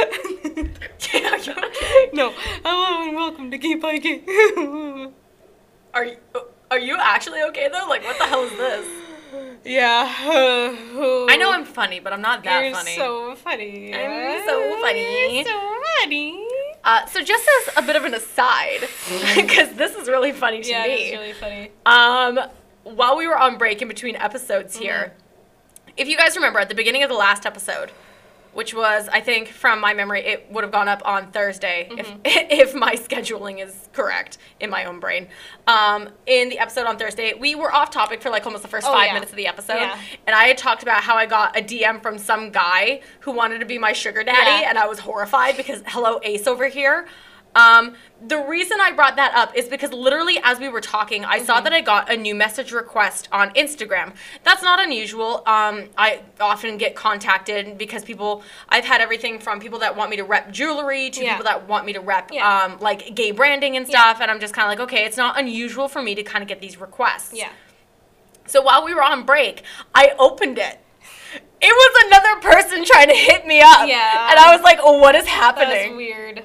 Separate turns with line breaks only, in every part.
Yeah, you're okay.
No. Hello and welcome to Gay by Gay.
Are you, are you actually okay though? Like, what the hell is this?
yeah.
I know I'm funny, but I'm not that
You're
funny.
so funny.
I'm so funny.
You're so funny.
Uh, so just as a bit of an aside, because this is really funny to
Yeah,
me.
it's really funny.
Um, while we were on break in between episodes here, if you guys remember at the beginning of the last episode, which was I think from my memory it would have gone up on Thursday
Mm-hmm.
if if my scheduling is correct in my own brain. Um, in the episode on Thursday, we were off topic for like almost the first
Oh,
five
yeah.
minutes of the episode,
Yeah.
and I had talked about how I got a DM from some guy who wanted to be my sugar daddy,
Yeah.
and I was horrified because hello Ace over here. Um, the reason I brought that up is because literally as we were talking, I
Mm-hmm.
saw that I got a new message request on Instagram. That's not unusual. Um, I often get contacted because people, I've had everything from people that want me to rep jewelry to
Yeah.
people that want me to rep
Yeah.
um, like gay branding and stuff. And I'm just kind of like, okay, it's not unusual for me to kind of get these requests.
Yeah.
So while we were on break, I opened it. It was another person trying to hit me up.
Yeah.
And I was like, oh, what is
That
happening?
was weird.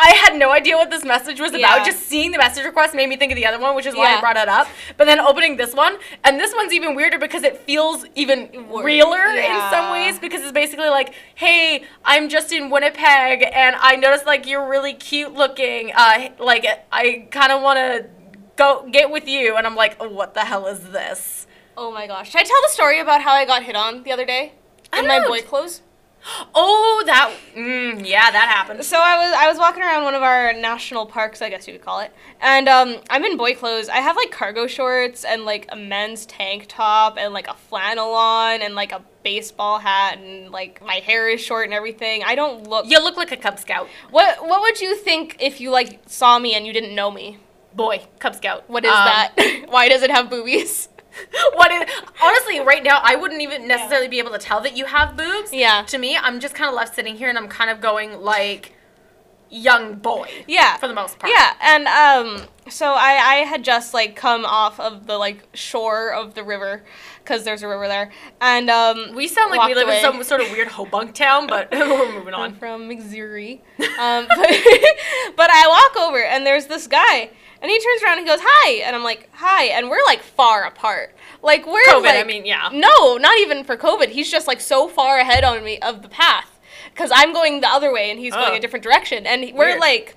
I had no idea what this message was
Yeah.
about. Just seeing the message request made me think of the other one, which is why I
Yeah.
brought it up. But then opening this one, and this one's even weirder because it feels even
Wor-
realer in
yeah.
some ways because it's basically like, hey, I'm just in Winnipeg and I noticed like you're really cute looking. Uh, like I kind of want to go get with you, and I'm like, what the hell is this?
Oh my gosh. Should I tell the story about how I got hit on the other day?
I
In my
don't-
boy clothes?
Oh, that, mm, yeah, that happened.
So I was I was walking around one of our national parks, I guess you could call it, and um, I'm in boy clothes. I have like cargo shorts and like a men's tank top and like a flannel on and like a baseball hat and like my hair is short and everything. I don't look.
You look like a Cub Scout
What What would you think if you like saw me and you didn't know me?
boy, Cub Scout.
What is
Um,
that? Why does it have boobies?
what is honestly right now i wouldn't even necessarily be able to tell that you have boobs
Yeah.
to me i'm just kind of left sitting here and i'm kind of going like young boy
Yeah.
for the most part
Yeah, and um, so I, I had just like come off of the like shore of the river, cause there's a river there, and um,
we sound like we
walked
live in
away.
some sort of weird hobunk town but we're moving
I'm
on
from Missouri, um, but, but I walk over and there's this guy, and he turns around and goes hi, and I'm like hi, and we're like far apart, like we're
covid i
like-
mean yeah
no, not even for COVID. He's just like so far ahead on me of the path because I'm going the other way and he's
Oh.
going a different direction, and we're
Weird.
like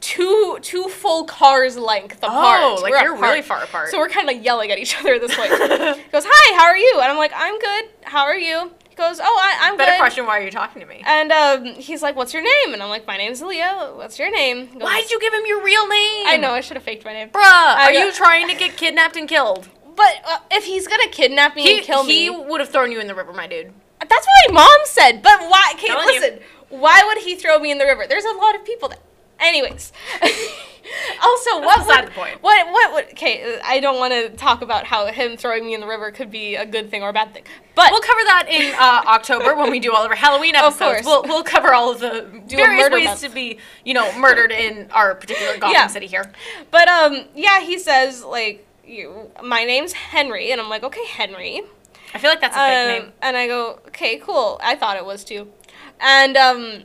two two full cars length apart.
Oh, like
We're
you're
apart.
really far apart.
So we're kind of like yelling at each other at this point. he goes, "Hi, how are you?" And I'm like, "I'm good. How are you?" He goes, "Oh, I, I'm
better
good."
question why are you talking to me
And um, he's like, "What's your name?" And I'm like, "My name's Leo. What's your name?" He goes,
why'd you give him your real name
I know I should have faked my name.
bruh
got-
are you trying to get kidnapped and killed
But uh, if he's gonna kidnap me
he,
and kill
he
me,
would have thrown you in the river my dude
That's what my mom said. But why? Okay,
Telling you.
listen. Why would he throw me in the river? There's a lot of people that. Anyways. also, what
beside
would,
the point.
What what would? Okay, I don't want to talk about how him throwing me in the river could be a good thing or a bad thing. But
We'll cover that in uh, October when we do all of our Halloween
Of
episodes.
course.
We'll, we'll cover all of the
Do a
various
murder
ways
month.
to be, you know, murdered in our particular Gotham
Yeah.
City here.
But um, yeah, he says like, you, my name's Henry, and I'm like, okay, Henry.
I feel like that's a fake
Um,
name.
And I go, okay, cool. I thought it was too. And um,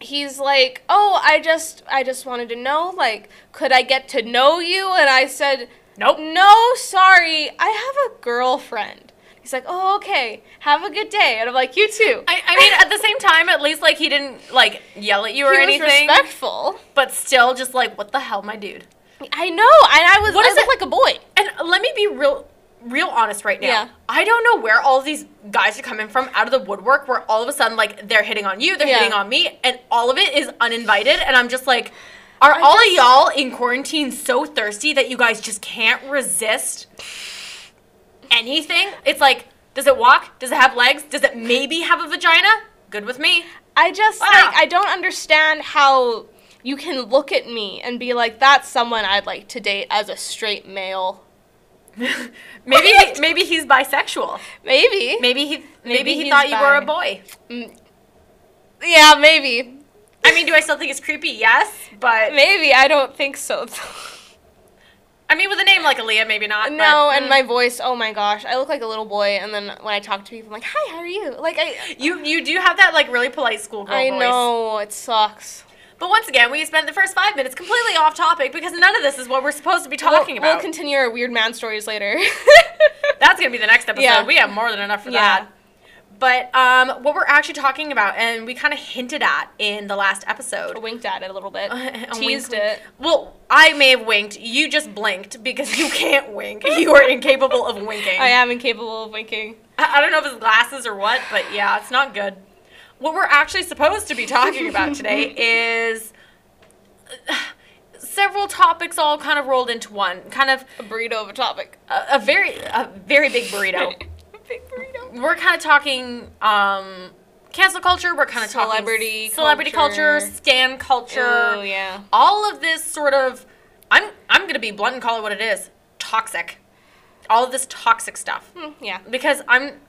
he's like, oh, I just, I just wanted to know, like, could I get to know you? And I said,
Nope.
no, sorry, I have a girlfriend. He's like, oh, okay, have a good day. And I'm like, you too.
I, I mean, at the same time, at least like he didn't like yell at you or
he
anything,
was respectful.
but still, just like what the hell, my dude.
I know, and I was,
What
I
is
looked
it-
like a boy.
And let me be real, real honest right now.
Yeah.
I don't know where all these guys are coming from out of the woodwork, where all of a sudden like they're hitting on you, they're
Yeah.
hitting on me, and all of it is uninvited, and I'm just like. Are
I
all of y'all in quarantine so thirsty that you guys just can't resist anything? It's like, does it walk? Does it have legs? Does it maybe have a vagina? Good with me.
I just
Ah.
like I don't understand how you can look at me and be like, that's someone I'd like to date as a straight male.
Maybe maybe he's bisexual.
Maybe.
Maybe he maybe,
Maybe
he
he's
thought you were a
bi.
boy.
Mm, Yeah, maybe.
I mean, do I still think it's creepy? Yes, but
Maybe I don't think so. though.
I mean, with a name like Aaliyah, maybe not. but- mm.
No, and my voice, oh my gosh, I look like a little boy. And then when I talk to people, I'm like, hi, how are you? Like, I,
you you do have that like really polite schoolgirl
I
voice.
know, it sucks.
But once again, we spent the first five minutes completely off topic because none of this is what we're supposed to be talking
we'll,
about.
We'll continue our weird man stories later.
That's gonna be the next episode.
Yeah.
We have more than enough for
Yeah.
that. But um, what we're actually talking about, and we kind of hinted at in the last episode,
winked at it a little bit,
A
teased
wink, wink.
it.
Well, I may have winked. You just blinked because you can't wink. You are incapable of winking.
I am incapable of winking.
I I don't know if it's glasses or what, but yeah, it's not good. What we're actually supposed to be talking about today is uh, several topics all kind of rolled into one. Kind of
A burrito of a topic.
a, a very a very big burrito.
Big burrito.
we're kind of talking um cancel culture. We're kind of
Celebrity
talking celebrity culture,
culture.
scan culture.
Oh, yeah.
All of this sort of I'm I'm gonna be blunt and call it what it is toxic. All of this toxic stuff
Hmm, yeah.
because I'm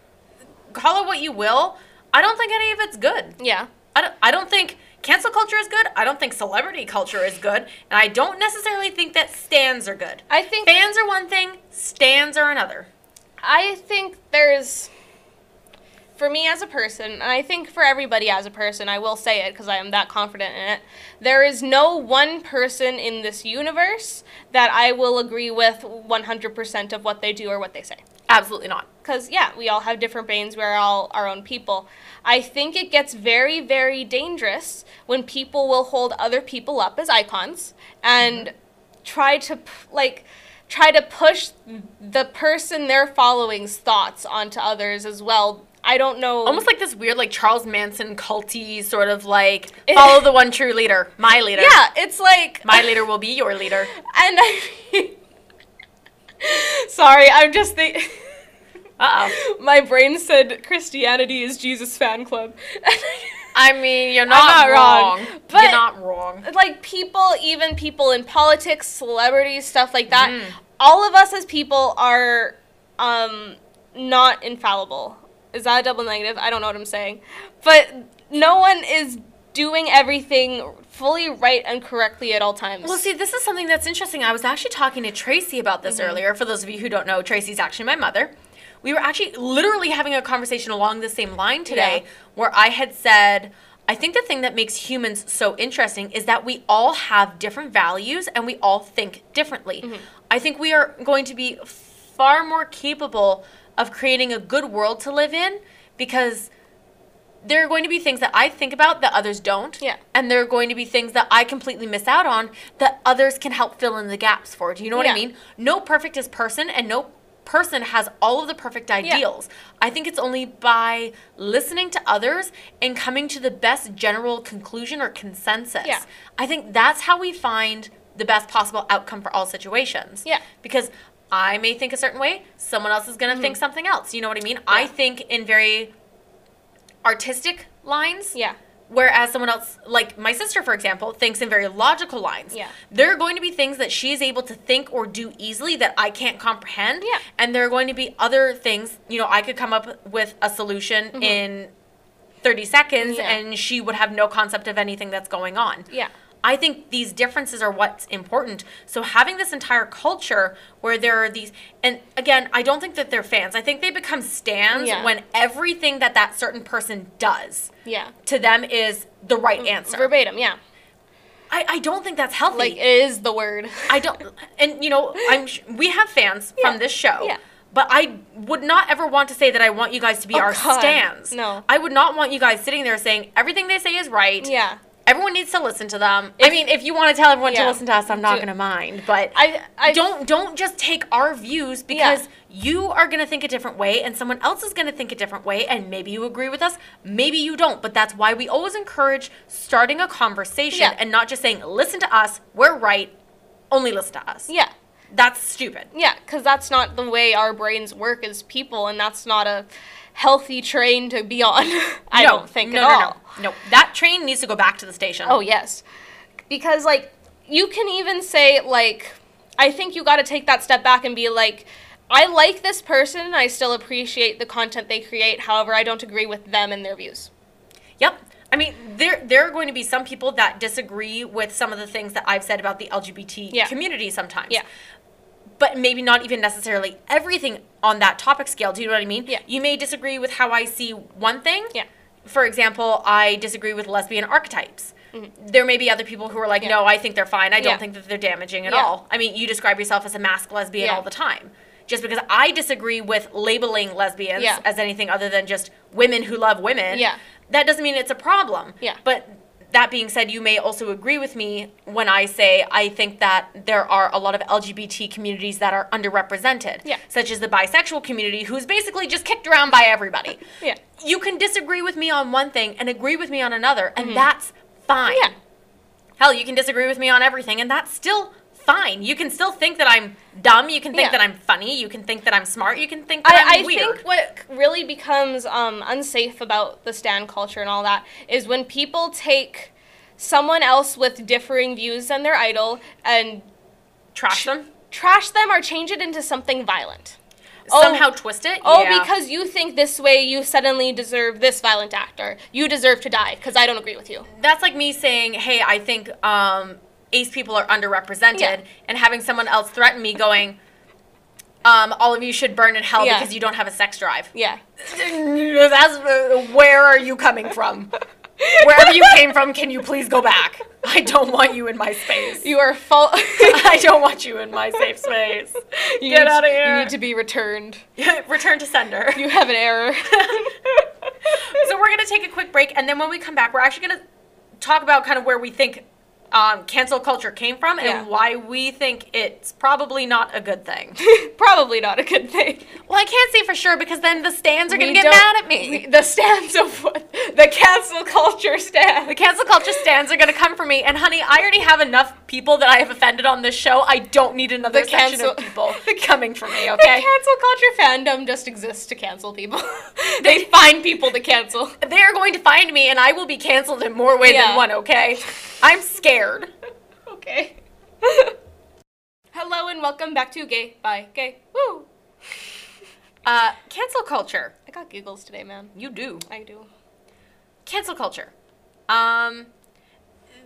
call it what you will. I don't think any of it's good.
Yeah.
I don't, I don't think cancel culture is good. I don't think celebrity culture is good, and I don't necessarily think that stands are good.
I think
Fans are one thing, stands are another.
I think there's for me as a person, and I think for everybody as a person, I will say it because I am that confident in it. There is no one person in this universe that I will agree with 100% of what they do or what they say.
Absolutely not.
Because, yeah, we all have different brains, we're all our own people. I think it gets very, very dangerous when people will hold other people up as icons and
Mm-hmm.
try to, p- like, try to push the person they're following's thoughts onto others as well. I don't know.
Almost like this weird, like Charles Manson culty sort of like follow the one true leader, my leader.
yeah, it's like.
my leader will be your leader.
And I mean. sorry, I'm just thinking.
Uh oh.
My brain said Christianity is Jesus fan club.
I mean, you're
not
not,
wrong,
wrong.
but-
you're not wrong.
like people, even people in politics, celebrities, stuff like that.
Mm.
All of us as people are um, not infallible. Is that a double negative? I don't know what I'm saying, but no one is doing everything fully right and correctly at all times.
Well, see, this is something that's interesting. I was actually talking to Tracy about this earlier. For those of you who don't know, Tracy's actually my mother. We were actually literally having a conversation along the same line today
Yeah.
where I had said, I think the thing that makes humans so interesting is that we all have different values and we all think differently. I think we are going to be far more capable of creating a good world to live in because there are going to be things that I think about that others don't.
Yeah.
And there are going to be things that I completely miss out on that others can help fill in the gaps for. Do you know what
Yeah.
I mean? No perfect is person and no person has all of the perfect ideals. I think it's only by listening to others and coming to the best general conclusion or consensus.
Yeah.
I think that's how we find the best possible outcome for all situations.
Yeah.
Because I may think a certain way, someone else is going to think something else. You know what I mean? I
Mm-hmm. Yeah.
think in very artistic lines.
yeah,
Whereas someone else, like my sister, for example, thinks in very logical lines.
Yeah.
There are going to be things that she is able to think or do easily that I can't comprehend.
Yeah.
And there are going to be other things, you know, I could come up with a solution in 30 seconds
Mm-hmm. Yeah.
and she would have no concept of anything that's going on.
yeah.
I think these differences are what's important. So having this entire culture where there are these, and again, I don't think that they're fans. I think they become stands
Yeah.
when everything that that certain person does
Yeah.
to them is the right
Mm,
answer.
Verbatim, yeah.
I, I don't think that's healthy.
Like it is the word.
I don't, and you know, I'm sh- we have fans
Yeah,
from this show.
yeah.
But I would not ever want to say that I want you guys to be
Oh,
our
God,
stands.
no.
I would not want you guys sitting there saying everything they say is right.
yeah.
Everyone needs to listen to them. I
If-
mean, if you want to tell everyone
Yeah.
to listen to us, I'm not
Do-
going to mind. But
I I
don't don't just take our views because you are going to think a different way and someone else is going to think a different way and maybe you agree with us, maybe you don't. But that's why we always encourage starting a conversation
Yeah.
and not just saying listen to us, we're right, only listen to us.
Yeah.
That's stupid.
Yeah, because that's not the way our brains work as people, and that's not a healthy train to be on. I
No,
don't think
no,
at
no,
all.
No, no, that train needs to go back to the station.
Oh yes, because like you can even say like I think you got to take that step back and be like I like this person and I still appreciate the content they create. However, I don't agree with them and their views.
Yep. I mean, there there are going to be some people that disagree with some of the things that I've said about the LGBT
Yeah.
community sometimes.
Yeah.
but maybe not even necessarily everything on that topic scale. Do you know what I mean?
Yeah.
You may disagree with how I see one thing.
Yeah.
For example, I disagree with lesbian archetypes. There may be other people who are like,
Mm-hmm. Yeah.
no, I think they're fine. I don't
Yeah.
think that they're damaging at
Yeah.
all. I mean, you describe yourself as a mask lesbian
Yeah.
all the time. Just because I disagree with labeling lesbians
Yeah.
as anything other than just women who love women,
Yeah.
that doesn't mean it's a problem.
Yeah.
But that being said, you may also agree with me when I say I think that there are a lot of LGBT communities that are underrepresented,
Yeah.
such as the bisexual community, who's basically just kicked around by everybody.
Yeah.
You can disagree with me on one thing and agree with me on another, and that's fine.
Mm-hmm. Yeah.
Hell, you can disagree with me on everything, and that's still fine. You can still think that I'm dumb. You can think
Yeah.
that I'm funny. You can think that I'm smart. You can think that I,
I,
am
I
weird.
think what really becomes um, unsafe about the stand culture and all that is when people take someone else with differing views than their idol and
Trash them.
trash them or change it into something violent. Oh,
Somehow twist it.
Oh,
Yeah.
because you think this way, you suddenly deserve this violent act, or you deserve to die because I don't agree with you.
that's like me saying, "Hey, I think um, ace people are underrepresented,"
Yeah.
and having someone else threaten me, going, um, "All of you should burn in hell
Yeah.
because you don't have a sex drive."
Yeah.
That's uh, where are you coming from? Wherever you came from, can you please go back? I don't want you in my space.
You are fault.
I don't want you in my safe space.
You
Get
need-
out of
You
here.
need to be returned.
Return to sender.
You have an error.
so we're gonna take a quick break, and then when we come back, we're actually gonna talk about kind of where we think um, cancel culture came from and
Yeah.
why we think it's probably not a good thing.
Probably not a good thing.
well, I can't say for sure because then the stands are gonna
We
get
don't-
mad at me.
we- the stance of what the cancel culture stance.
the cancel culture stands are gonna come for me, and honey, I already have enough people that I have offended on this show. I don't need another
The
section
cancel-
of people coming for me.
the
Okay,
cancel culture fandom just exists to cancel people. they find people to cancel.
they are going to find me, and I will be canceled in more ways
Yeah.
than one. Okay, I'm scared.
Okay. Hello and welcome back to Gay by Gay. Woo!
Uh, cancel culture.
I got giggles today, man.
You do.
I do.
cancel culture. Um,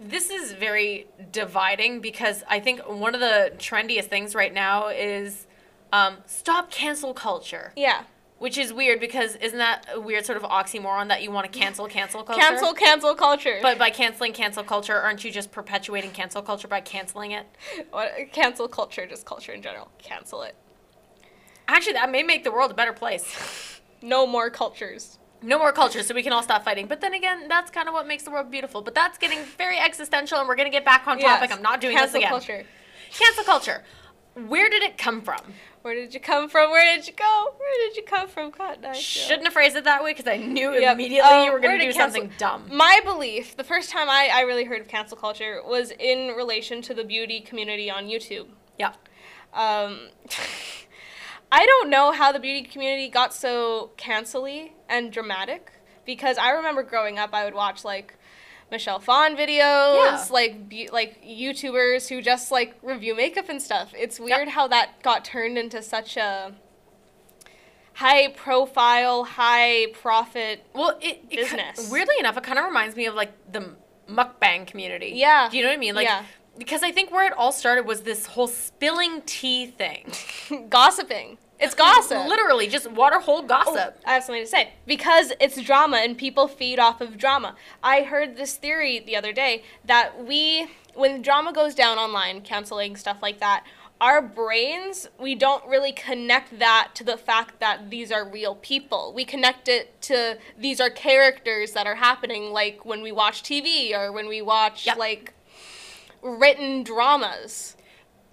this is very dividing because I think one of the trendiest things right now is um, stop cancel culture,
Yeah.
which is weird because isn't that a weird sort of oxymoron that you want to cancel cancel culture?
Cancel cancel culture.
But by canceling cancel culture, aren't you just perpetuating cancel culture by canceling it?
What- cancel culture, just culture in general. Cancel it.
Actually, that may make the world a better place.
No more cultures.
No more culture, so we can all stop fighting. But then again, that's kind of what makes the world beautiful. But that's getting very existential, and we're going to get back on topic.
Yes.
I'm not doing
cancel
this again.
culture.
Cancel culture. Where did it come from?
Where did you come from? Where did you go? Where did you come from? God, I feel-
Shouldn't have phrased it that way because I knew
Yep.
immediately
Um,
you were going
where
to
did
do
cancel-
something dumb.
My belief, the first time I, I really heard of cancel culture, was in relation to the beauty community on YouTube.
Yeah.
Um, I don't know how the beauty community got so cancelly and dramatic because I remember growing up, I would watch like Michelle Phan videos,
Yeah.
like be- like YouTubers who just like review makeup and stuff. It's weird how that got turned into such a high profile, high profit.
Well, it, it ki-
Business.
weirdly enough, it kind of reminds me of like the mukbang community.
Yeah.
Do you know what I mean? Like,
Yeah.
because I think where it all started was this whole spilling tea thing.
gossiping. It's gossip.
Literally, just water hole
Oh,
gossip.
I have something to say. Because it's drama and people feed off of drama. I heard this theory the other day that we, when drama goes down online, canceling, stuff like that, our brains, we don't really connect that to the fact that these are real people. We connect it to these are characters that are happening, like when we watch TV or when we watch,
Yep.
like, written dramas.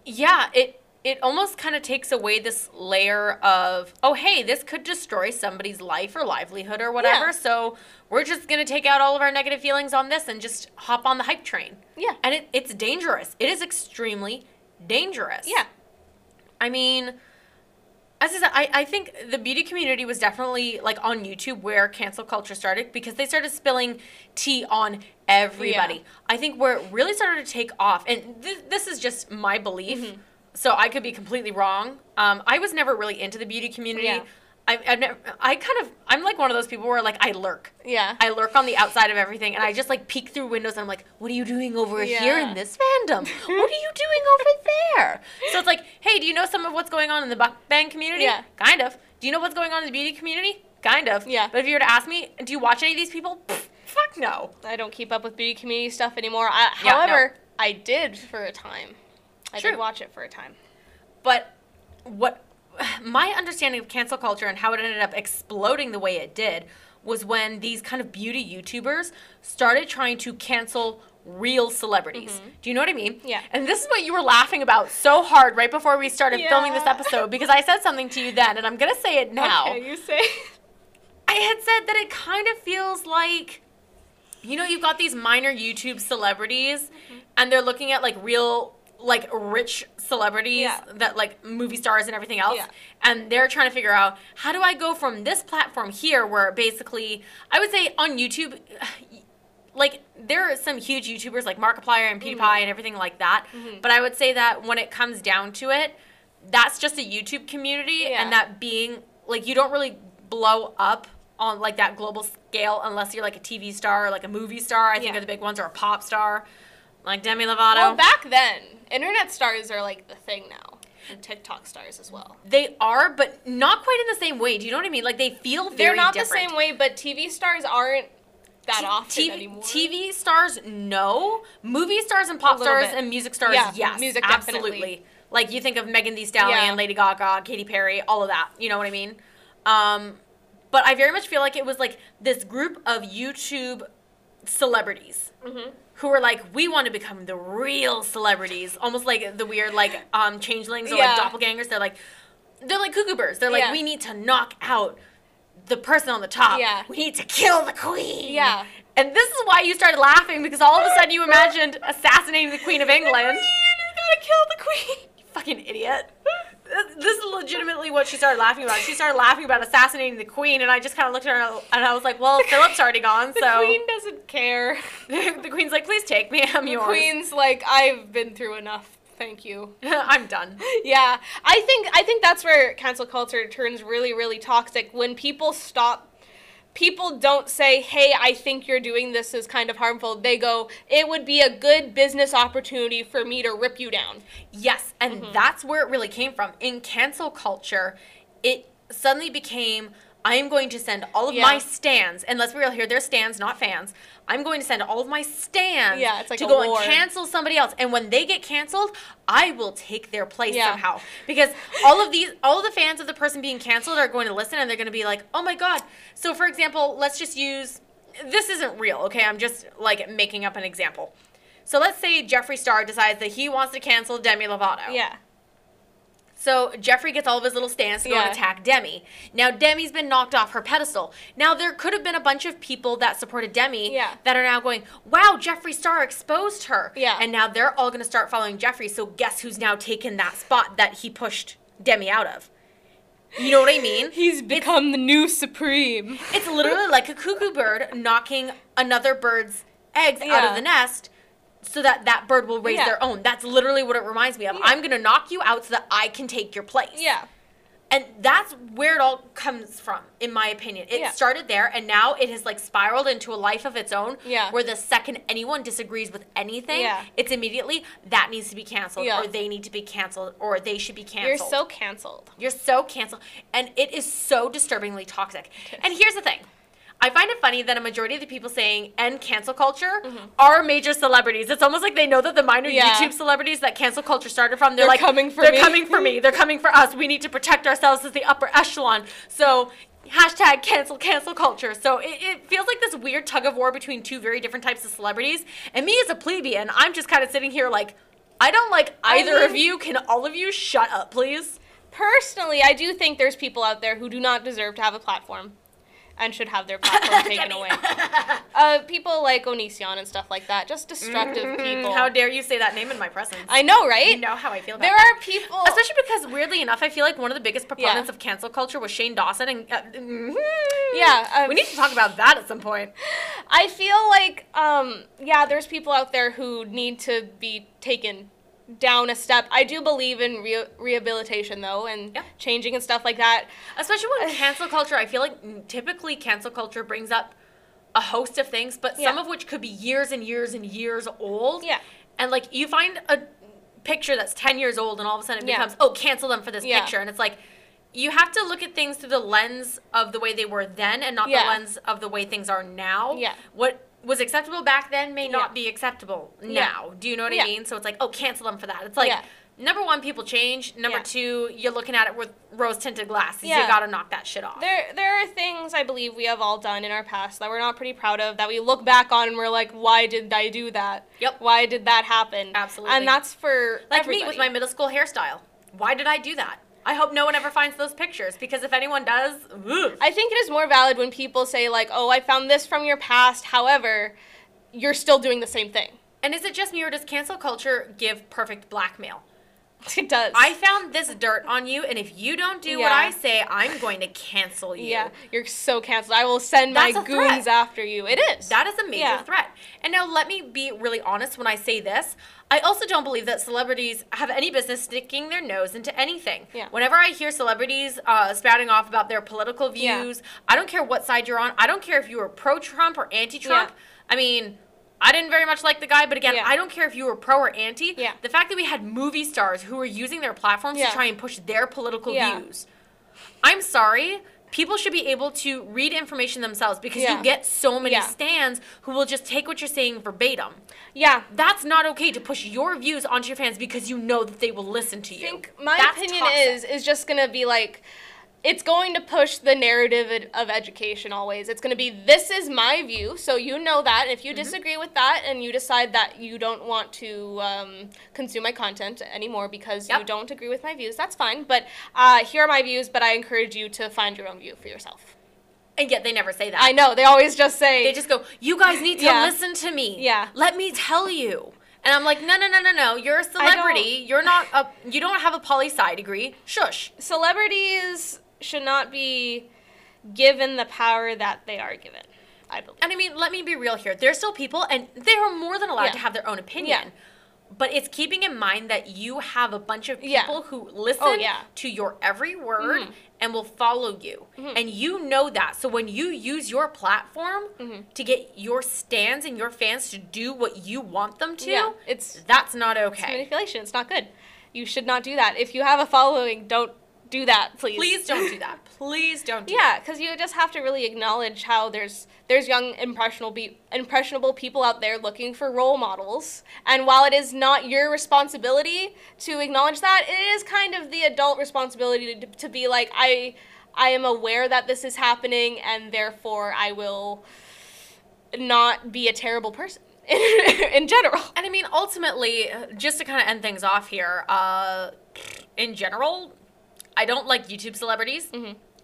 Yeah, it it almost kind of takes away this layer of oh hey, this could destroy somebody's life or livelihood or whatever.
Yeah.
So we're just gonna take out all of our negative feelings on this and just hop on the hype train.
Yeah.
And it, it's dangerous. It is extremely dangerous.
Yeah.
I mean, as I said, I, I think the beauty community was definitely like on YouTube where cancel culture started because they started spilling tea on everybody.
Yeah.
I think where it really started to take off, and th- this is just my
Mm-hmm.
belief, so I could be completely wrong. Um, I was never really into the beauty community.
Yeah.
I, I've never, I kind of, I'm like one of those people where like I lurk.
Yeah.
I lurk on the outside of everything and I just like peek through windows and I'm like, what are you doing over here
Yeah.
in this fandom? what are you doing over there? So it's like, hey, do you know some of what's going on in the mukbang community?
Yeah.
Kind of. Do you know what's going on in the beauty community? Kind of.
Yeah.
But if you were to ask me, do you watch any of these people? Pfft, fuck no.
I don't keep up with beauty community stuff anymore. I,
Yeah, no.
however, I did for a time. I
True.
did watch it for a time.
But what my understanding of cancel culture and how it ended up exploding the way it did was when these kind of beauty YouTubers started trying to cancel real celebrities. Do you know what I mean?
Mm-hmm. Yeah.
And this is what you were laughing about so hard right before we started filming this
Yeah.
episode because I said something to you then and I'm going to say it now.
Okay, you say.
I had said that it kind of feels like you know you've got these minor YouTube celebrities
Mm-hmm.
and they're looking at like real like rich celebrities
Yeah.
that like movie stars and everything else
Yeah.
and they're trying to figure out how do I go from this platform here where basically I would say on YouTube like there are some huge YouTubers like Markiplier and PewDiePie
Mm-hmm.
and everything like that but I would say that when it comes down to it that's just a YouTube community
Yeah.
and that being like you don't really blow up on like that global scale unless you're like a TV star or like a movie star. I think
Yeah.
are the big ones or a pop star, like Demi Lovato.
Well, back then, internet stars are like the thing now, and TikTok stars as well.
they are, but not quite in the same way. Do you know what I mean? Like they feel very
They're not
different.
the same way, but TV stars aren't that often
TV,
anymore.
TV stars, no. Movie stars and pop
little
stars
bit.
and music stars,
Yeah,
yes,
music
absolutely.
definitely.
Like you think of Megan Thee Stallion,
Yeah.
Lady Gaga, Katy Perry, all of that. You know what I mean? Um, but I very much feel like it was like this group of YouTube celebrities
Mm-hmm.
who were like, we want to become the real celebrities, almost like the weird like um, changelings or
Yeah.
like doppelgangers. They're like, they're like cuckoo birds. They're like,
Yeah.
we need to knock out the person on the top.
Yeah.
We need to kill the queen.
Yeah.
And this is why you started laughing because all of a sudden you imagined assassinating the Queen of England.
gotta kill the queen.
You fucking idiot. This- This is legitimately what she started laughing about. She started laughing about assassinating the Queen, and I just kind of looked at her and I was like, well, Philip's already gone,
The
so.
queen doesn't care.
the Queen's like, please take me, I'm
The
yours.
queen's like, I've been through enough. Thank you.
I'm done.
yeah i think i think that's where cancel culture turns really really toxic when people stop people don't say hey i think you're doing this is kind of harmful they go it would be a good business opportunity for me to rip you down
Yes, and
Mm-hmm.
that's where it really came from. In cancel culture, it suddenly became I am going to send all of
Yeah.
my stands, and let's be real here, they're stands, not fans. I'm going to send all of my stands
Yeah, it's like
to
a
go
war.
and cancel somebody else. And when they get canceled, I will take their place
Yeah.
somehow. Because all of these all the fans of the person being canceled are going to listen and they're gonna be like, oh my god. So for example, let's just use this isn't real, okay? I'm just like making up an example. So let's say Jeffree Star decides that he wants to cancel Demi Lovato.
yeah
So Jeffrey gets all of his little stands to go
Yeah.
and attack Demi. Now Demi's been knocked off her pedestal. Now there could have been a bunch of people that supported Demi
Yeah.
that are now going, "Wow, Jeffree Star exposed her."
Yeah.
And now they're all going to start following Jeffrey. So guess who's now taken that spot that he pushed Demi out of? You know what I mean?
he's become the new supreme
It's literally like a cuckoo bird knocking another bird's eggs out
Yeah.
of the nest so that that bird will raise
Yeah.
their own. That's literally what it reminds me of.
Yeah.
I'm going to knock you out so that I can take your place.
yeah
And that's where it all comes from, in my opinion. It
Yeah.
started there, and now it has like spiraled into a life of its own.
Yeah.
Where the second anyone disagrees with anything,
Yeah.
it's immediately that needs to be canceled,
Yeah.
or they need to be canceled, or they should be
you're
canceled.
so canceled
You're so canceled. And it is so disturbingly toxic. And here's the thing. I find it funny that a majority of the people saying end cancel culture are major celebrities. It's almost like they know that the minor
Mm-hmm. Yeah.
YouTube celebrities that cancel culture started from, they're,
They're
like,
coming for
they're
me."
coming for me. They're coming for us. We need to protect ourselves as the upper echelon. So hashtag cancel cancel culture. So it, it feels like this weird tug of war between two very different types of celebrities. And me as a plebeian, I'm just kind of sitting here like, I don't like
I
either of
mean-
you. Can all of you shut up, please?
personally i do think there's people out there who do not deserve to have a platform and should have their platform taken away uh, people like onision and stuff like that just destructive people
How dare you say that name in my presence?
Oh. i know right
you know how I feel about
There
that.
are people.
Especially because, weirdly enough, I feel like one of the biggest proponents
Yeah.
of cancel culture was Shane Dawson, and uh, mhm.
Yeah, um,
we need to talk about that at some point.
I feel like, um, yeah, there's people out there who need to be taken down a step. I do believe in re- rehabilitation though, and
Yeah.
changing and stuff like that.
Especially when cancel culture, I feel like typically cancel culture brings up a host of things, but some
Yeah.
of which could be years and years and years old.
Yeah.
And like you find a picture that's 10 years old and all of a sudden it
Yeah.
becomes, oh, cancel them for this
Yeah.
picture. And it's like, you have to look at things through the lens of the way they were then and not
Yeah.
the lens of the way things are now.
Yeah.
What was acceptable back then may not
Yeah.
be acceptable
Yeah.
now. Do you know what I
Yeah.
mean? So it's like, oh, cancel them for that. It's like,
Yeah.
number one, people change. Number
Yeah.
two, you're looking at it with rose tinted glasses. You
Yeah.
gotta knock that shit off.
There, there are things I believe we have all done in our past that we're not pretty proud of that we look back on and we're like, why did I do that?
Yep.
Why did that happen?
Absolutely.
And that's for
like
everybody.
me with my middle school hairstyle. Why did I do that? I hope no one ever finds those pictures because if anyone does, ooh.
I think it is more valid when people say like, oh, I found this from your past. However, you're still doing the same thing.
and is it just me or does cancel culture give perfect blackmail?
It does.
I found this dirt on you, and if you don't do what
Yeah.
I say, I'm going to cancel you.
Yeah, you're so canceled. I will send my
That's a threat.
goons after you. It is.
That is a major
Yeah.
threat. And now let me be really honest when I say this. I also don't believe that celebrities have any business sticking their nose into anything.
Yeah.
Whenever I hear celebrities uh, spouting off about their political
Yeah.
views, I don't care what side you're on. I don't care if you were pro Trump or anti Trump.
Yeah.
I mean, I didn't very much like the guy, but again,
Yeah.
I don't care if you were pro or anti.
Yeah.
The fact that we had movie stars who were using their platforms
Yeah.
to try and push their political
Yeah.
views. I'm sorry. People should be able to read information themselves because
Yeah.
you get so many
Yeah.
stands who will just take what you're saying verbatim.
yeah.
That's not okay to push your views onto your fans because you know that they will listen to you.
I think my
That's
opinion
toxic.
is is just gonna be like it's going to push the narrative ed- of education always. It's going to be this is my view, so you know that. And if
Mm-hmm.
you disagree with that and you decide that you don't want to um, consume my content anymore because you
Yep.
don't agree with my views, that's fine. But uh, here are my views, but I encourage you to find your own view for yourself.
and yet they never say that.
I know they always just say
they just go, "You guys need to
Yeah.
listen to me.
Yeah.
Let me tell you." And I'm like, "No, no, no, no, no. You're a celebrity. You're not a you don't have a poli sci degree. Shush."
celebrities should not be given the power that they are given. I believe.
And I mean, let me be real here. They're still people, and they are more than allowed
Yeah.
to have their own opinion. But it's keeping in mind that you have a bunch of people
Yeah.
who listen
Oh, yeah. Mm-hmm.
to your every word and will follow you. And you know that. So when you use your platform
Mm-hmm.
to get your stands and your fans to do what you want them to,
Yeah, it's-
that's not
It's
okay.
manipulation. It's not good. You should not do that. If you have a following, don't do that, please.
Please don't do that. Please don't do
yeah, because you just have to really acknowledge how there's there's young impressionable be- impressionable people out there looking for role models, and while it is not your responsibility to acknowledge that, it is kind of the adult responsibility to, to be like I I am aware that this is happening, and therefore I will not be a terrible person in general.
And I mean, ultimately, uh, just to kind of end things off here, uh, in general, I don't like YouTube celebrities.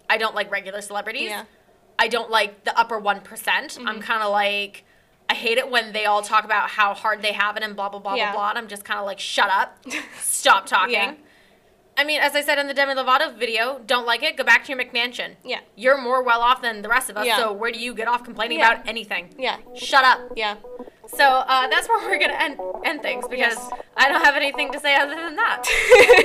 I don't like regular celebrities.
Mm-hmm. Yeah. Mm-hmm.
I don't like the upper one I'm kind of like, I hate it when they all talk about how hard they have it and blah blah blah
Yeah.
blah blah. And I'm just kind of like, shut up, stop talking.
Yeah.
I mean, as I said in the Demi Lovato video, don't like it. Go back to your McMansion.
Yeah.
You're more well off than the rest of us.
Yeah.
So where do you get off complaining
Yeah.
about anything?
Yeah.
Shut up.
Yeah.
So uh, that's where we're gonna end, end things because
Yes.
I don't have anything to say other than that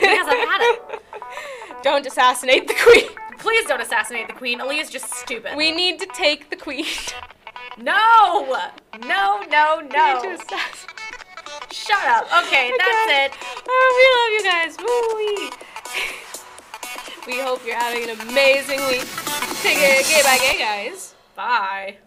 because I've had it.
Don't assassinate the queen.
Please don't assassinate the queen. Aaliyah's just stupid.
We need to take the queen.
no, no, no,
We need
no.
to assassinate.
Shut up. Okay, that's it.
Oh, we love you guys. Woo wee. we hope you're having an amazing week. Take care. Gay bye, gay guys.
Bye.